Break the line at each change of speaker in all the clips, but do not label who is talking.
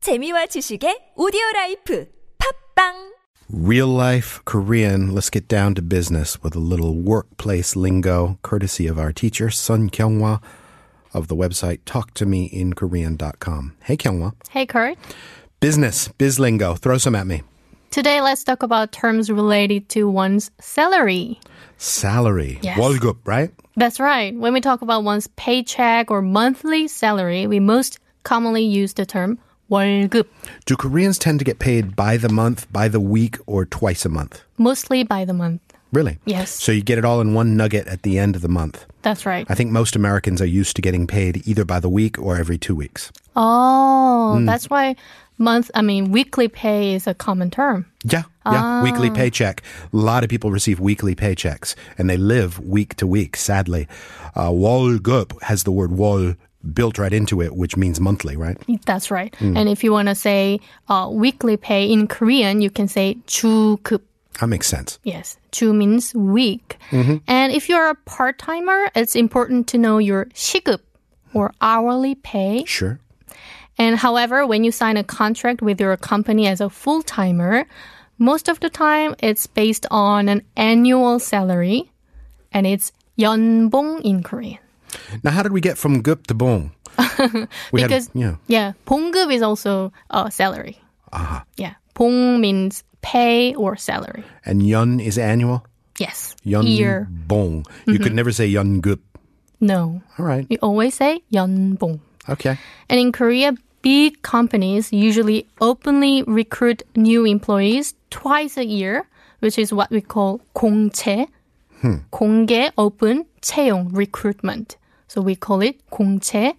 재미와 지식의 오디오 라이프 팝빵
Real life Korean. Let's get down to business with a little workplace lingo, courtesy of our teacher, Sun Kyunghwa, of the website talktomeinkorean.com. Hey, Kyunghwa.
Hey, Kurt.
Business, biz lingo. Throw some at me.
Today, let's talk about terms related to one's salary.
Salary.
Yes.
월급, right?
That's right. When we talk about one's paycheck or monthly salary, we most commonly use the term 월급,
Do Koreans tend to get paid by the month, by the week, or twice a month?
mostly by the month.
Really?
Yes.
So you get it all in one nugget at the end of the month.
That's right.
I think most Americans are used to getting paid either by the week or every two weeks.
Oh, that's why month, I mean, weekly pay is a common term.
Yeah, yeah. Weekly
Ah.
paycheck. A lot of people receive weekly paychecks and they live week to week, sadly. Uh, 월급 has the word wol built right into it, which means monthly, right?
That's right. And if you want to say uh, weekly pay in Korean, you can say 주급.
That makes sense.
Yes, 주 means week.
Mm-hmm.
And if you're a part timer, it's important to know your 시급 or hourly pay.
Sure.
And however, when you sign a contract with your company as a full timer, most of the time it's based on an annual salary and it's 연봉 in Korean.
Now, how did we get from gup to bong? We
Because,
had, yeah,
yeah, 봉급 is also a salary. Uh-huh. Yeah, 봉 means pay or salary.
and yun is annual.
Yes,
Yun
year. Mm-hmm.
bong. You could never say yun gup.
No,
All right.
you always say 연봉.
Okay.
And in Korea, big companies usually openly recruit new employees twice a year, which is what we call 공채. 공개 open 채용 recruitment. So we call it 공채.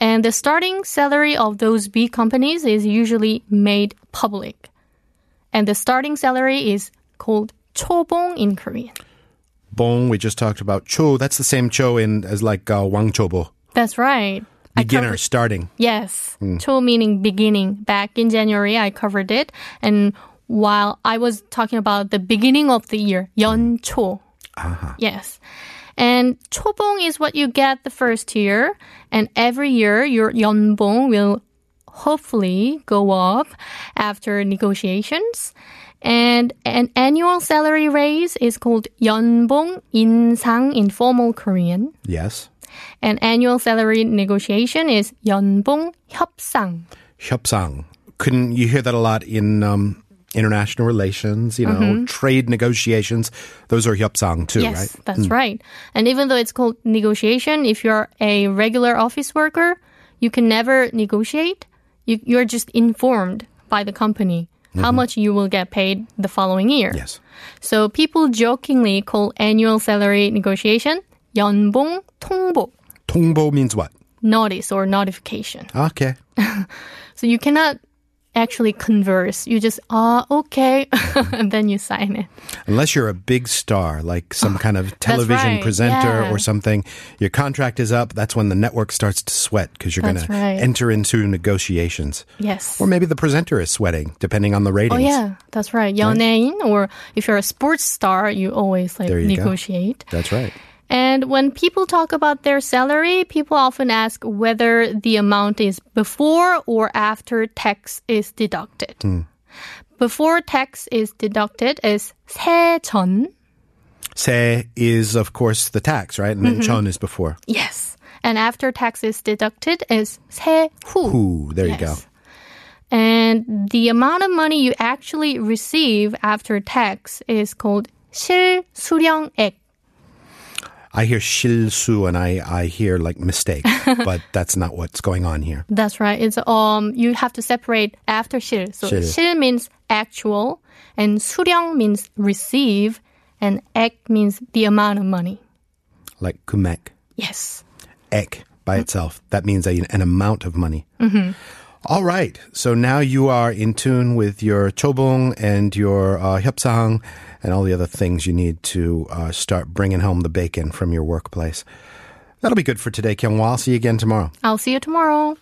And the starting salary of those big companies is usually made public. And the starting salary is called 초봉 in Korean.
Bong, we just talked about cho. That's the same cho in as like uh, wangchobo,
That's right. I covered-
beginner, starting.
Yes. Cho meaning beginning. Back in January, I covered it. And while I was talking about the beginning of the year, 연초. Yes. And 초봉 is what you get the first year. And every year, your 연봉 will hopefully go up after negotiations. And an annual salary raise is called 연봉 인상 in formal Korean.
Yes.
An annual salary negotiation is 연봉 협상.
협상. Couldn't you hear that a lot in um, international relations? You know, trade negotiations. Those are 협상 too,
Mm-hmm. Yes,
right?
that's right. And even though it's called negotiation, if you're a regular office worker, you can never negotiate. You, you're just informed by the company how much you will get paid the following year.
Yes.
So people jokingly call annual salary negotiation 연봉 통보,
통보 means what?
notice or notification.
Okay.
So you cannot actually converse. You just, ah, okay, and then you sign it.
Unless you're a big star, like some kind of television
Oh, right,
presenter
yeah.
or something, your contract is up. That's when the network starts to sweat because you're going
That's
to
right.
enter into negotiations.
Yes.
Or maybe the presenter is sweating, depending on the ratings.
oh, yeah, that's right. 연예인, or if you're a sports star, you always like
There you go.
negotiate.
That's right.
And when people talk about their salary, people often ask whether the amount is before or after tax is deducted.
Hmm.
Before tax is deducted is 세전.
Se is, of course, the tax, right?
Mm-hmm.
And then chon is before.
Yes. And after tax is deducted is 세후.
Ooh, there you go.
Yes. And the amount of money you actually receive after tax is called 실수령액.
I hear shilsu and I, I hear like mistake, but that's not what's going on here.
That's right. It's um you have to separate after 실. So
실.
실 means actual and 수령 means receive and 액 means the amount of money.
Like kumek,
Yes.
ek by itself. That means a, an amount of money. All right. So now you are in tune with your chobong and your uh, hyopsang and all the other things you need to uh, start bringing home the bacon from your workplace. That'll be good for today, Kyung. I'll see you again tomorrow.
I'll see you tomorrow.